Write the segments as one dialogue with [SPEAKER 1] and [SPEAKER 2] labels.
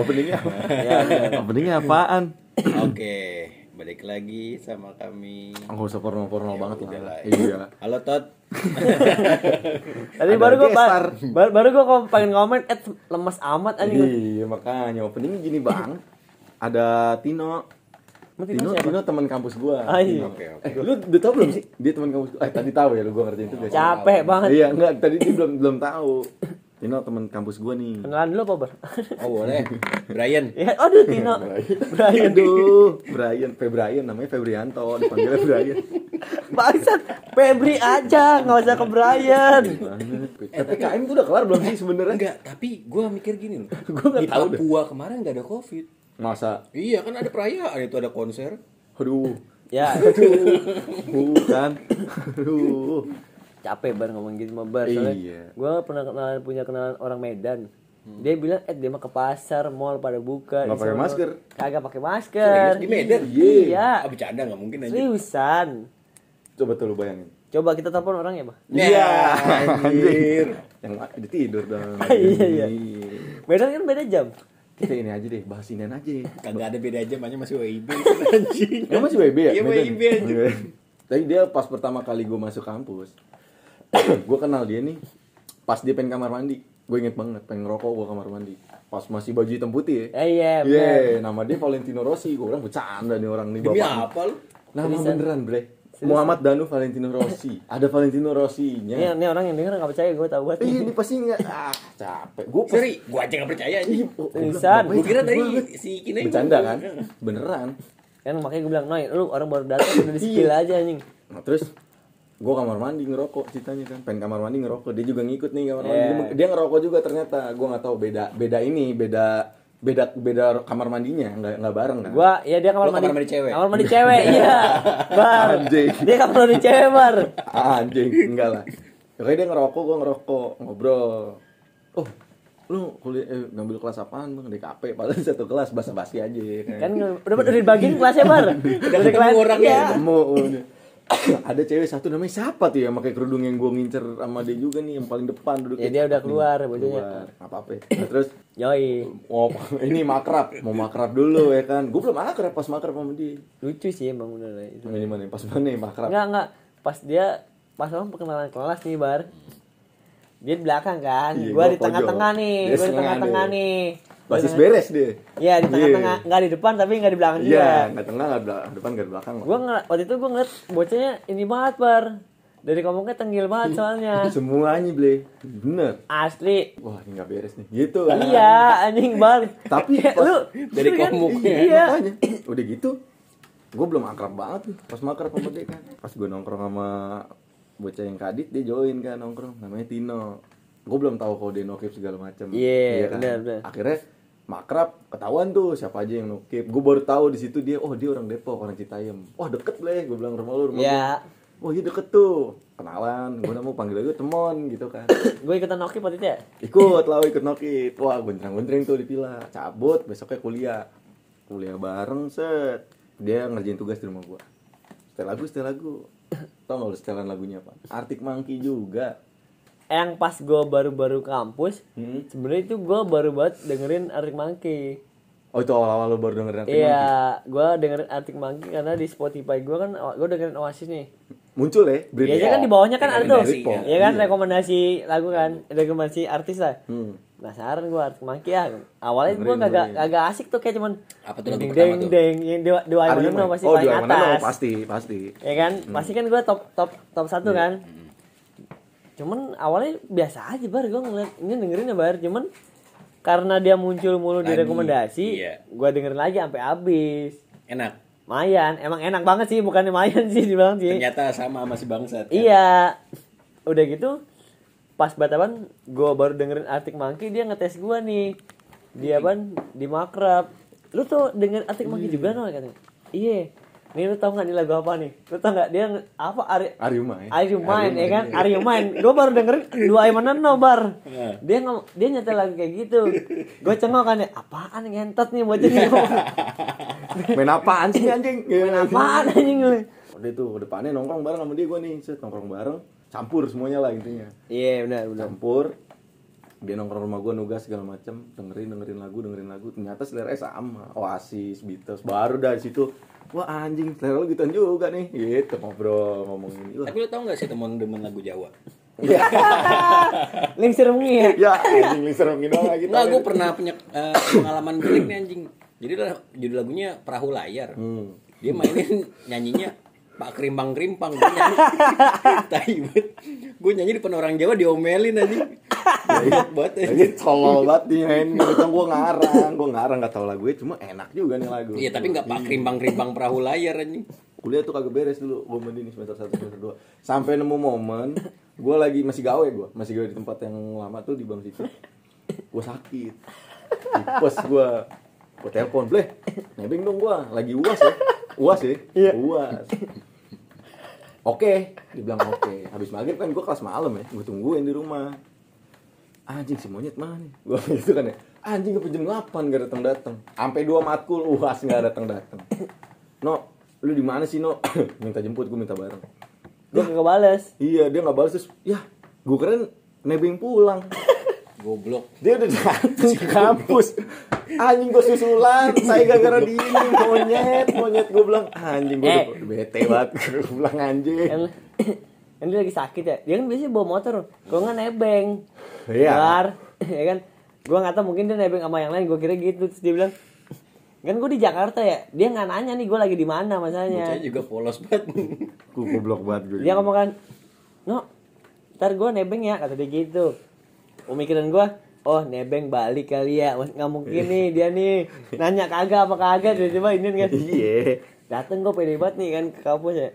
[SPEAKER 1] openingnya apa?
[SPEAKER 2] Ya, bener.
[SPEAKER 1] openingnya apaan
[SPEAKER 2] Oke, balik lagi sama kami.
[SPEAKER 1] nggak usah formal formal banget
[SPEAKER 2] udah
[SPEAKER 1] lah
[SPEAKER 2] lah.
[SPEAKER 1] iya
[SPEAKER 2] Halo Tot.
[SPEAKER 3] Tadi
[SPEAKER 1] Ada
[SPEAKER 3] baru gue
[SPEAKER 1] gestar.
[SPEAKER 3] baru, baru gue pengen komen, eh lemes amat anjing.
[SPEAKER 1] iya makanya openingnya gini bang ada Tino
[SPEAKER 3] Emang Tino
[SPEAKER 1] Tino,
[SPEAKER 3] siapa?
[SPEAKER 1] Tino teman kampus gua.
[SPEAKER 3] Ah, iya.
[SPEAKER 1] Oke, oke.
[SPEAKER 2] Oke, oke.
[SPEAKER 1] Eh, lu udah tau belum sih? Dia teman kampus gua. Eh, tadi tahu ya lu gua ngerjain itu biasa.
[SPEAKER 3] Capek banget.
[SPEAKER 1] Iya, enggak, tadi dia belum belum tahu. Tino teman kampus gua nih.
[SPEAKER 3] Kenalan dulu apa ber?
[SPEAKER 2] Oh boleh. Brian.
[SPEAKER 3] Ya, aduh Tino.
[SPEAKER 1] Brian. Aduh, Brian, Febrian namanya Febrianto, dipanggilnya Brian.
[SPEAKER 3] Bangsat, Febri aja, nggak usah ke Brian.
[SPEAKER 1] Eh, PKM tuh udah kelar belum sih sebenarnya?
[SPEAKER 2] Enggak, tapi gua mikir gini loh.
[SPEAKER 1] Gua nggak
[SPEAKER 2] Di
[SPEAKER 1] tahu deh.
[SPEAKER 2] Papua kemarin nggak ada Covid.
[SPEAKER 1] Masa?
[SPEAKER 2] Iya kan ada perayaan itu ada konser.
[SPEAKER 1] Aduh.
[SPEAKER 3] Ya,
[SPEAKER 1] Bukan. Aduh.
[SPEAKER 3] capek ber ngomong gitu sama ber. Soalnya
[SPEAKER 1] Iya.
[SPEAKER 3] Gue pernah kenalan, punya kenalan orang Medan. Dia bilang, eh dia mah ke pasar, mall pada buka.
[SPEAKER 1] Nggak
[SPEAKER 3] di
[SPEAKER 1] pakai
[SPEAKER 3] sono."
[SPEAKER 1] masker.
[SPEAKER 3] Kagak pakai masker.
[SPEAKER 2] Serius, di Medan?
[SPEAKER 3] Iya.
[SPEAKER 2] Ah bercanda nggak mungkin aja.
[SPEAKER 3] Seriusan.
[SPEAKER 1] Coba tuh lu bayangin.
[SPEAKER 3] Coba kita telepon orang ya, Bah.
[SPEAKER 2] Iya,
[SPEAKER 1] anjir.
[SPEAKER 2] anjir.
[SPEAKER 1] Yang ada tidur dong.
[SPEAKER 3] Iya, iya. Medan kan beda jam.
[SPEAKER 1] Kita ini aja deh, bahas inian aja.
[SPEAKER 2] Kagak ada beda aja, makanya masih WIB kan, anjing.
[SPEAKER 1] Emang masih WIB ya?
[SPEAKER 2] Iya,
[SPEAKER 1] Medan?
[SPEAKER 2] WIB anjir.
[SPEAKER 1] Iya. Tapi dia pas pertama kali gue masuk kampus, gue kenal dia nih pas dia pengen kamar mandi. Gue inget banget, pengen rokok gue kamar mandi. Pas masih baju hitam putih ya.
[SPEAKER 3] Eh, iya,
[SPEAKER 1] Iya,
[SPEAKER 3] bener.
[SPEAKER 1] nama dia Valentino Rossi. Gue orang bercanda nih orang nih
[SPEAKER 2] Demi
[SPEAKER 1] bapak.
[SPEAKER 2] apa lu?
[SPEAKER 1] Nama
[SPEAKER 3] Seriusan?
[SPEAKER 1] beneran bre. Muhammad Danu Valentino Rossi. Ada Valentino Rossinya.
[SPEAKER 3] Ini, ini orang yang denger gak percaya gue tau banget.
[SPEAKER 1] Ya. Iya, ini pasti nggak. Ah, capek. Gue pas
[SPEAKER 2] Seri, gua aja nggak percaya anjing.
[SPEAKER 1] oh,
[SPEAKER 3] Seriusan?
[SPEAKER 2] Gua kira tadi si Kinai
[SPEAKER 1] Iya. bercanda kan? Beneran.
[SPEAKER 3] Kan makanya gue bilang, Noy, lu orang baru datang udah di skill aja anjing.
[SPEAKER 1] Nah, terus gue kamar mandi ngerokok ceritanya kan pengen kamar mandi ngerokok dia juga ngikut nih kamar mandi
[SPEAKER 3] Iya.
[SPEAKER 1] Dia- dia ngerokok juga ternyata gue nggak tahu beda beda ini beda beda beda kamar mandinya nggak nggak bareng kan
[SPEAKER 3] Gua, ya dia kamar
[SPEAKER 2] Lu
[SPEAKER 3] mandi,
[SPEAKER 2] kamar mandi cewek?
[SPEAKER 3] Kamar mandi cewek, iya. Bar.
[SPEAKER 1] Anjing.
[SPEAKER 3] Dia kamar mandi cewek, Bar.
[SPEAKER 1] Ah, anjing enggak lah oke dia ngerokok gue ngerokok ngobrol oh lu kuliah eh, ngambil kelas apaan bang DKP padahal satu kelas basa basi aja ya kan
[SPEAKER 3] Kan udah udah dibagiin kelasnya, Bar. Udah
[SPEAKER 2] ketemu orang
[SPEAKER 3] iya.
[SPEAKER 2] ya.
[SPEAKER 1] Ketemu, udah. ada cewek satu namanya siapa tuh ya pakai kerudung yang gue ngincer sama dia juga nih yang paling depan duduk
[SPEAKER 3] Ya, dia udah keluar, bajunya.
[SPEAKER 1] keluar apa apa Nah, terus
[SPEAKER 3] Yoi,
[SPEAKER 1] Oh, ini makrab, mau makrab dulu ya kan. Gue belum akrab pas makrab sama dia.
[SPEAKER 3] lucu sih emang udah lah itu.
[SPEAKER 1] Ini mana? Pas mana ya makrab?
[SPEAKER 3] Enggak, enggak. Pas dia pas orang perkenalan kelas nih, Bar. Dia di belakang kan,
[SPEAKER 1] Iya, gua
[SPEAKER 3] gua di tengah-tengah
[SPEAKER 1] pojok.
[SPEAKER 3] nih,
[SPEAKER 1] Dia
[SPEAKER 3] gua di
[SPEAKER 1] setengah
[SPEAKER 3] tengah-tengah
[SPEAKER 1] deh.
[SPEAKER 3] nih.
[SPEAKER 1] Basis beres dia.
[SPEAKER 3] Iya, di
[SPEAKER 1] Iya.
[SPEAKER 3] tengah-tengah, enggak di depan tapi enggak di belakang juga.
[SPEAKER 1] Iya, nggak tengah, nggak belakang, depan nggak belakang. lah.
[SPEAKER 3] Gua ngel- waktu itu gue ngeliat bocahnya ini banget bar dari ngomongnya tenggil banget soalnya
[SPEAKER 1] Semuanya ble, bener.
[SPEAKER 3] asli
[SPEAKER 1] Wah, ini nggak beres nih. Gitu kan.
[SPEAKER 3] iya anjing banget
[SPEAKER 1] Tapi
[SPEAKER 3] Ya,
[SPEAKER 1] pas-
[SPEAKER 3] lu
[SPEAKER 2] dari
[SPEAKER 3] lu kan-
[SPEAKER 2] komuknya.
[SPEAKER 3] iya
[SPEAKER 1] Makanya, udah gitu, gue belum akrab banget tuh pas makrab sama dia kan. Pas gue nongkrong sama bocah yang kadit, dia join kan nongkrong. Namanya Tino. Gue belum tahu kalau dia nokip segala macam.
[SPEAKER 3] Iya, benar, benar.
[SPEAKER 1] Akhirnya makrab ketahuan tuh siapa aja yang nokip. Gue baru tahu di situ dia, oh dia orang Depok, orang Citayam. Wah deket leh, gue bilang rumah lu, rumah
[SPEAKER 3] Iya.
[SPEAKER 1] gua. Oh iya deket tuh, kenalan. Gue mau panggil aja temon gitu kan
[SPEAKER 3] gue ikutan noki waktu itu ya
[SPEAKER 1] ikut lah ikut nokit wah gontrang-gontrang tuh di pila cabut besoknya kuliah kuliah bareng set dia ngerjain tugas di rumah gua setel lagu setel lagu tau gak lu setelan lagunya apa Arctic Monkey juga
[SPEAKER 3] yang pas gue baru-baru kampus
[SPEAKER 1] Hmm.
[SPEAKER 3] sebenarnya itu gue baru banget dengerin Arctic Monkey
[SPEAKER 1] oh itu awal-awal lu baru dengerin Arctic Monkey
[SPEAKER 3] iya gue dengerin Arctic Monkey karena di Spotify gue kan gue dengerin Oasis nih
[SPEAKER 1] muncul ya Iya, Britpop.
[SPEAKER 3] biasanya kan di bawahnya kan ada tuh
[SPEAKER 1] Rekomendasi, Iya.
[SPEAKER 3] ya kan rekomendasi lagu kan rekomendasi artis lah
[SPEAKER 1] hmm.
[SPEAKER 3] penasaran gue Arctic Monkey ya awalnya gue
[SPEAKER 1] Dengerin,
[SPEAKER 3] kagak
[SPEAKER 1] dengerin.
[SPEAKER 3] kagak asik tuh kayak cuman
[SPEAKER 2] Apa tuh lagu
[SPEAKER 3] deng
[SPEAKER 2] pertama
[SPEAKER 3] deng
[SPEAKER 2] tuh?
[SPEAKER 3] deng yang dua dua
[SPEAKER 1] Ada
[SPEAKER 3] Iwan Uno
[SPEAKER 1] lima.
[SPEAKER 3] pasti
[SPEAKER 1] oh,
[SPEAKER 3] paling
[SPEAKER 1] dua Iwan Uno,
[SPEAKER 3] atas
[SPEAKER 1] pasti Hmm. Iya. pasti
[SPEAKER 3] ya kan pasti kan gue top top top satu kan
[SPEAKER 1] Hmm.
[SPEAKER 3] cuman awalnya biasa aja bar gue ngeliat ini dengerin ya bar cuman karena dia muncul mulu di
[SPEAKER 2] Lagi,
[SPEAKER 3] rekomendasi
[SPEAKER 2] iya.
[SPEAKER 3] gue dengerin lagi sampai habis
[SPEAKER 2] Enak.
[SPEAKER 3] Mayan, emang enak banget sih, bukan mayan sih dibilang sih.
[SPEAKER 2] Ternyata sama sama si bangsat. kan?
[SPEAKER 3] Iya. Udah gitu pas batapan gua baru dengerin Arctic Monkey dia ngetes gua nih. Dia ban di makrab. Lu tuh dengerin Arctic Monkey juga no katanya. Iya. Nih lu tau gak nih lagu apa nih? Lu tau gak dia nge- apa Ari
[SPEAKER 1] Are you mine?
[SPEAKER 3] Are You Mine ya kan? Are You Mine. Gue baru dengerin dua Aiman nobar. Dia ngom, dia nyetel lagi kayak gitu. Gue cengok kan ya, apaan ngentot nih bocah nih.
[SPEAKER 1] main apaan sih anjing main
[SPEAKER 3] apaan anjing lu?
[SPEAKER 1] udah tuh depannya nongkrong bareng sama dia gua nih set nongkrong bareng campur semuanya lah intinya
[SPEAKER 3] Iya benar benar.
[SPEAKER 1] campur dia nongkrong rumah gue nugas segala macem dengerin dengerin lagu dengerin ternyata seleranya sama Oasis Beatles baru dari situ wah anjing selera lu gituan juga nih gitu ngobrol ngomongin wah
[SPEAKER 2] Tapi lu tau gak sih teman-teman lagu Jawa?
[SPEAKER 3] Lingsir mungkin ya.
[SPEAKER 1] ya anjing lu serem gitu lagi
[SPEAKER 2] Enggak, gue pernah punya eh, pengalaman jelek nih anjing. Jadi lah- judul lagunya Perahu Layar.
[SPEAKER 1] Hmm.
[SPEAKER 2] Dia mainin nyanyinya Pak Krimpang Krimpang. Gue nyanyi, Tai banget. Gua nyanyi depan orang Jawa diomelin anjing. Goblok banget
[SPEAKER 1] lagi
[SPEAKER 2] anjing.
[SPEAKER 1] tolol banget nih main kebetulan gue ngarang gue ngarang nggak tahu lagunya cuma enak juga nih lagu
[SPEAKER 2] Iya tapi nggak Pak Krimpang Krimpang Perahu Layar anjing.
[SPEAKER 1] kuliah tuh kagak beres dulu gue mending nih semester satu semester dua sampai nemu momen gue lagi masih gawe gue masih gawe di tempat yang lama tuh di bang situ gue sakit tipes gue gue telepon bleh nebeng dong gue lagi uas ya uas ya
[SPEAKER 3] Iya.
[SPEAKER 1] uas oke dibilang oke habis maghrib kan gue kelas malam ya gue tungguin di rumah anjing si monyet mana nih gue gitu kan ya anjing gue jam 8 gak datang datang sampai dua matkul uas gak datang datang no lu di mana sih no minta jemput gue minta bareng
[SPEAKER 3] Dia kagak bales.
[SPEAKER 1] iya dia nggak balas terus ya gue keren nebeng pulang
[SPEAKER 2] Goblok.
[SPEAKER 1] dia udah datang ke kampus anjing gue susulan saya gara-gara di ini monyet monyet gue bilang anjing gue
[SPEAKER 3] Eh.
[SPEAKER 1] udah bete banget gue bilang anjing
[SPEAKER 3] Yang yang dia lagi sakit ya. Dia kan biasanya bawa motor. Gua nggak nebeng.
[SPEAKER 1] Iya.
[SPEAKER 3] Keluar, ya kan. Gua nggak tahu mungkin dia nebeng sama yang lain. Gua kira gitu. Terus dia bilang, kan gue di Jakarta ya. Dia nggak nanya nih gue lagi di mana
[SPEAKER 2] Bocahnya
[SPEAKER 3] masalahnya.
[SPEAKER 2] juga polos banget.
[SPEAKER 1] gue goblok banget gue
[SPEAKER 3] Dia ngomong kan, no, ntar gue nebeng ya kata dia gitu. Pemikiran gue, oh nebeng balik kali ya. Wah, Nggak mungkin nih dia nih nanya kagak apa kagak tiba-tiba ini kan.
[SPEAKER 1] iya
[SPEAKER 3] Dateng gue pede banget nih kan ke kampus ya.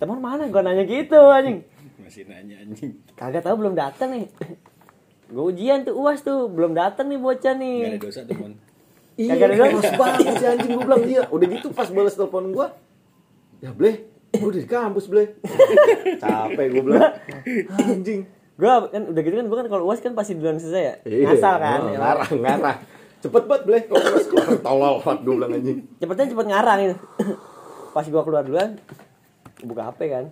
[SPEAKER 3] Teman mana gue nanya gitu anjing.
[SPEAKER 2] Masih nanya anjing.
[SPEAKER 3] Kagak tahu belum datang nih. Gue ujian tuh uas tuh belum datang nih bocah
[SPEAKER 2] Gak ada
[SPEAKER 3] nih.
[SPEAKER 2] dosa teman.
[SPEAKER 1] Iya,
[SPEAKER 3] Kagak ada doang.
[SPEAKER 1] keras banget si anjing gue bilang iya. Udah gitu pas balas telepon gue, ya bleh, gue udah di kampus bleh. Capek gue bilang,
[SPEAKER 3] Nah.
[SPEAKER 1] anjing.
[SPEAKER 3] Gue kan udah gitu kan gue kan kalau uas kan pasti duluan selesai ya.
[SPEAKER 1] Iya,
[SPEAKER 3] Ngasal kan.
[SPEAKER 1] oh,
[SPEAKER 3] ya.
[SPEAKER 1] Ngarah, ngarah. Cepet banget bleh, kalau kelas keluar tolol banget gue bilang anjing.
[SPEAKER 3] Cepetnya cepet ngarang itu. Pas gue keluar duluan buka HP kan.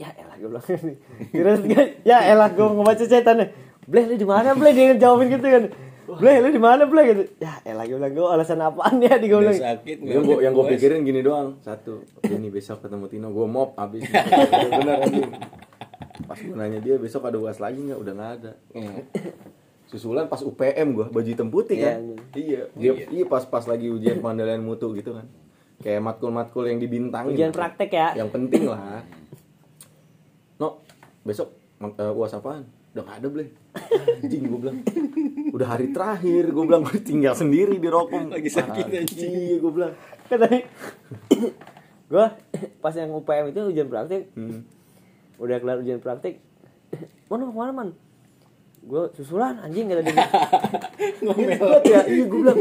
[SPEAKER 3] Ya elah gue bilang Terus kan, ya elah gue ngebaca setan Bleh lu di mana Bleh dia jawabin gitu kan. Bleh lu di mana Bleh gitu. Ya elah gue bilang gue alasan apaan ya di gue
[SPEAKER 2] Udah
[SPEAKER 3] bilang.
[SPEAKER 2] sakit.
[SPEAKER 1] Iya, Yang gue yang gue
[SPEAKER 2] puas.
[SPEAKER 1] pikirin gini doang, satu, ini besok ketemu Tino, gue mop abis. Bener anjing. Pas gue nanya dia besok ada uas lagi nggak? Udah nggak ada.
[SPEAKER 2] Hmm.
[SPEAKER 1] susulan pas UPM gua baju hitam putih kan
[SPEAKER 3] Iya,
[SPEAKER 1] iya dia iya pas pas lagi ujian pengendalian mutu gitu kan kayak matkul-matkul yang dibintangin
[SPEAKER 3] Ujian praktek ya.
[SPEAKER 1] yang penting lah no besok ma- eh, uas apaan udah gak ada bleh anjing gue bilang udah hari terakhir gue bilang gue tinggal sendiri di rokum
[SPEAKER 2] Lagi sakit, anjing.
[SPEAKER 1] iya gue bilang
[SPEAKER 3] katanya gue Kan pas yang UPM itu ujian praktik
[SPEAKER 1] Hmm.
[SPEAKER 3] udah kelar ujian praktik mana mau kemana man gue susulan anjing gak ada di
[SPEAKER 1] Gitu banget ya iya gue bilang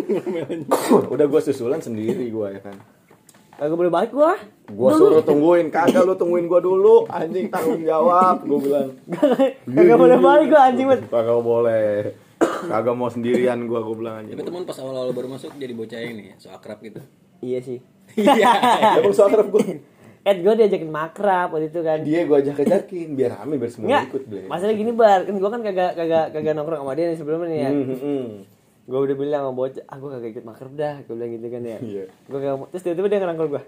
[SPEAKER 1] udah gue susulan sendiri gue ya kan
[SPEAKER 3] kagak boleh balik gue
[SPEAKER 1] gue suruh tungguin kagak lu tungguin gue dulu anjing tanggung jawab gue bilang Iya,
[SPEAKER 3] kagak boleh balik gue anjing man
[SPEAKER 1] Kagak boleh. Kagak mau sendirian gua gua bilang anjing.
[SPEAKER 2] Tapi teman pas awal-awal baru masuk jadi bocah ini so akrab gitu.
[SPEAKER 3] iya sih Nah.
[SPEAKER 2] Iya.
[SPEAKER 1] Emang soal kerap gua.
[SPEAKER 3] Ed gue diajakin makrab waktu itu kan
[SPEAKER 1] Dia gua ajak ajakin biar rame biar semua
[SPEAKER 3] Nggak,
[SPEAKER 1] Iya, ikut beli.
[SPEAKER 3] masalah gini bar kan gue kan kagak kagak kagak nongkrong sama dia nih sebelumnya nih
[SPEAKER 1] Hmm,
[SPEAKER 3] ya gue udah bilang sama bocah ah gue kagak ikut makrab dah gue bilang gitu kan ya
[SPEAKER 1] Iya.
[SPEAKER 3] gue kagak mau terus tiba-tiba dia ngerangkul gue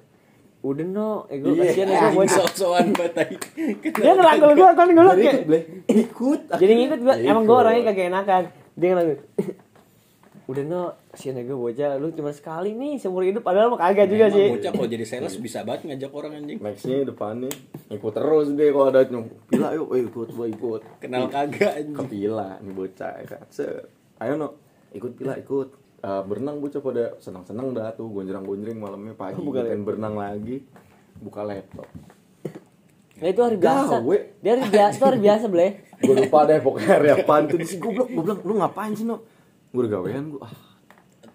[SPEAKER 3] udah no eh gue
[SPEAKER 1] Iya,
[SPEAKER 3] kasihan gue bocah
[SPEAKER 2] Sok-sokan batai.
[SPEAKER 3] dia ngerangkul gue kan gue
[SPEAKER 1] Biar
[SPEAKER 3] kayak
[SPEAKER 1] ikut beli. Ikut.
[SPEAKER 3] jadi ngikut gue
[SPEAKER 1] Ikut.
[SPEAKER 3] emang gue orangnya kagak enakan dia ngerangkul udah no kasihan ya gue bocah lu cuma sekali nih seumur hidup padahal mah kagak juga
[SPEAKER 2] Emang
[SPEAKER 3] sih
[SPEAKER 2] Bocah kalau jadi sales bisa banget ngajak orang anjing.
[SPEAKER 1] Nextnya depannya ikut terus deh kalau ada nyong. Pila yuk, eh, ikut gua ikut.
[SPEAKER 2] Kenal kagak
[SPEAKER 1] Ke
[SPEAKER 2] anjing.
[SPEAKER 1] pila nih bocah ya kan. Set. Ayo no, ikut pila ikut. Eh, berenang bocah pada senang-senang dah tuh gonjreng-gonjreng malamnya pagi
[SPEAKER 3] Buka
[SPEAKER 1] bukan berenang lagi buka laptop
[SPEAKER 3] nah itu hari biasa
[SPEAKER 1] Gawe.
[SPEAKER 3] dia hari biasa itu hari biasa ble
[SPEAKER 1] gue lupa deh pokoknya hari apaan tuh Terus goblok gue bilang lu ngapain sih no gue udah gawean gue ah.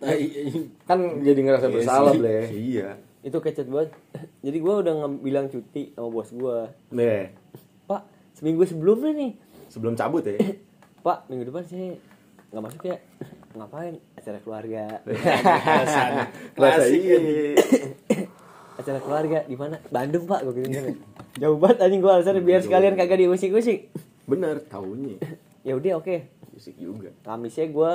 [SPEAKER 2] Tai anjing.
[SPEAKER 1] kan jadi ngerasa
[SPEAKER 2] Iya
[SPEAKER 1] bersalah
[SPEAKER 2] sih.
[SPEAKER 1] bleh iya
[SPEAKER 3] itu kecut banget jadi gue udah nge- bilang cuti sama bos gue
[SPEAKER 1] bleh
[SPEAKER 3] pak seminggu sebelumnya nih
[SPEAKER 1] sebelum cabut ya
[SPEAKER 3] pak minggu depan saya nggak masuk ya ngapain acara keluarga
[SPEAKER 1] Gitu. rasa
[SPEAKER 2] Klasik.
[SPEAKER 1] iya
[SPEAKER 3] acara keluarga di mana Bandung pak gue gitu jauh banget anjing gue alasan biar sekalian kagak diusik-usik
[SPEAKER 1] bener taunya
[SPEAKER 3] ya udah oke
[SPEAKER 1] musik juga
[SPEAKER 3] Kamisnya gue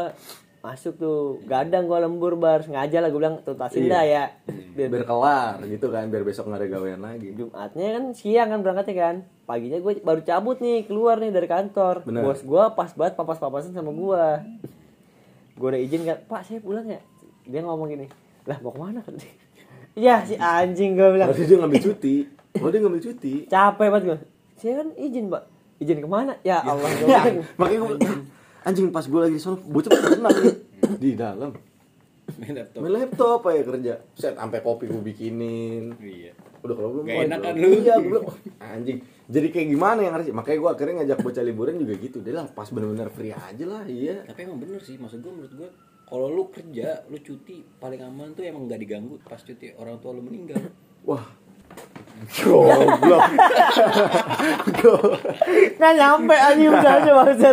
[SPEAKER 3] masuk tuh gadang gua lembur bar sengaja lah gua bilang tuntasin dah ya biar
[SPEAKER 1] biar kelar gitu kan biar besok nggak ada gawean lagi
[SPEAKER 3] Jumatnya kan siang kan berangkatnya kan. Paginya gue baru cabut nih, keluar nih dari kantor.
[SPEAKER 1] Bener.
[SPEAKER 3] Bos gue pas banget papas-papasan sama gue. gue udah izin kan, Pak saya pulang ya. Dia ngomong gini, lah mau kemana kan? ya si anjing gue bilang,
[SPEAKER 1] harusnya dia ngambil cuti oh dia ngambil cuti
[SPEAKER 3] capek banget gue. Saya kan izin pak, izin kemana? Ya Allah. gua
[SPEAKER 1] Ya,
[SPEAKER 3] bilang.
[SPEAKER 1] makanya gue anjing pas gue lagi di sono bocah pada tenang nih di dalam
[SPEAKER 2] main laptop
[SPEAKER 1] main laptop aja kerja set sampai kopi gue bikinin
[SPEAKER 2] iya
[SPEAKER 1] udah kalau belum
[SPEAKER 2] Gak
[SPEAKER 1] mau,
[SPEAKER 2] enak
[SPEAKER 1] belum.
[SPEAKER 2] kan lu?
[SPEAKER 1] iya gue bilang, "Wah, anjing jadi kayak gimana yang harus makanya gue akhirnya ngajak bocah liburan juga gitu dia lah pas bener-bener free aja lah iya
[SPEAKER 2] tapi emang bener sih maksud gue menurut gue kalau lu kerja lu cuti paling aman tuh emang nggak diganggu pas cuti orang tua lu meninggal
[SPEAKER 1] wah goblok
[SPEAKER 3] Nggak nyampe anjing udah aja maksudnya.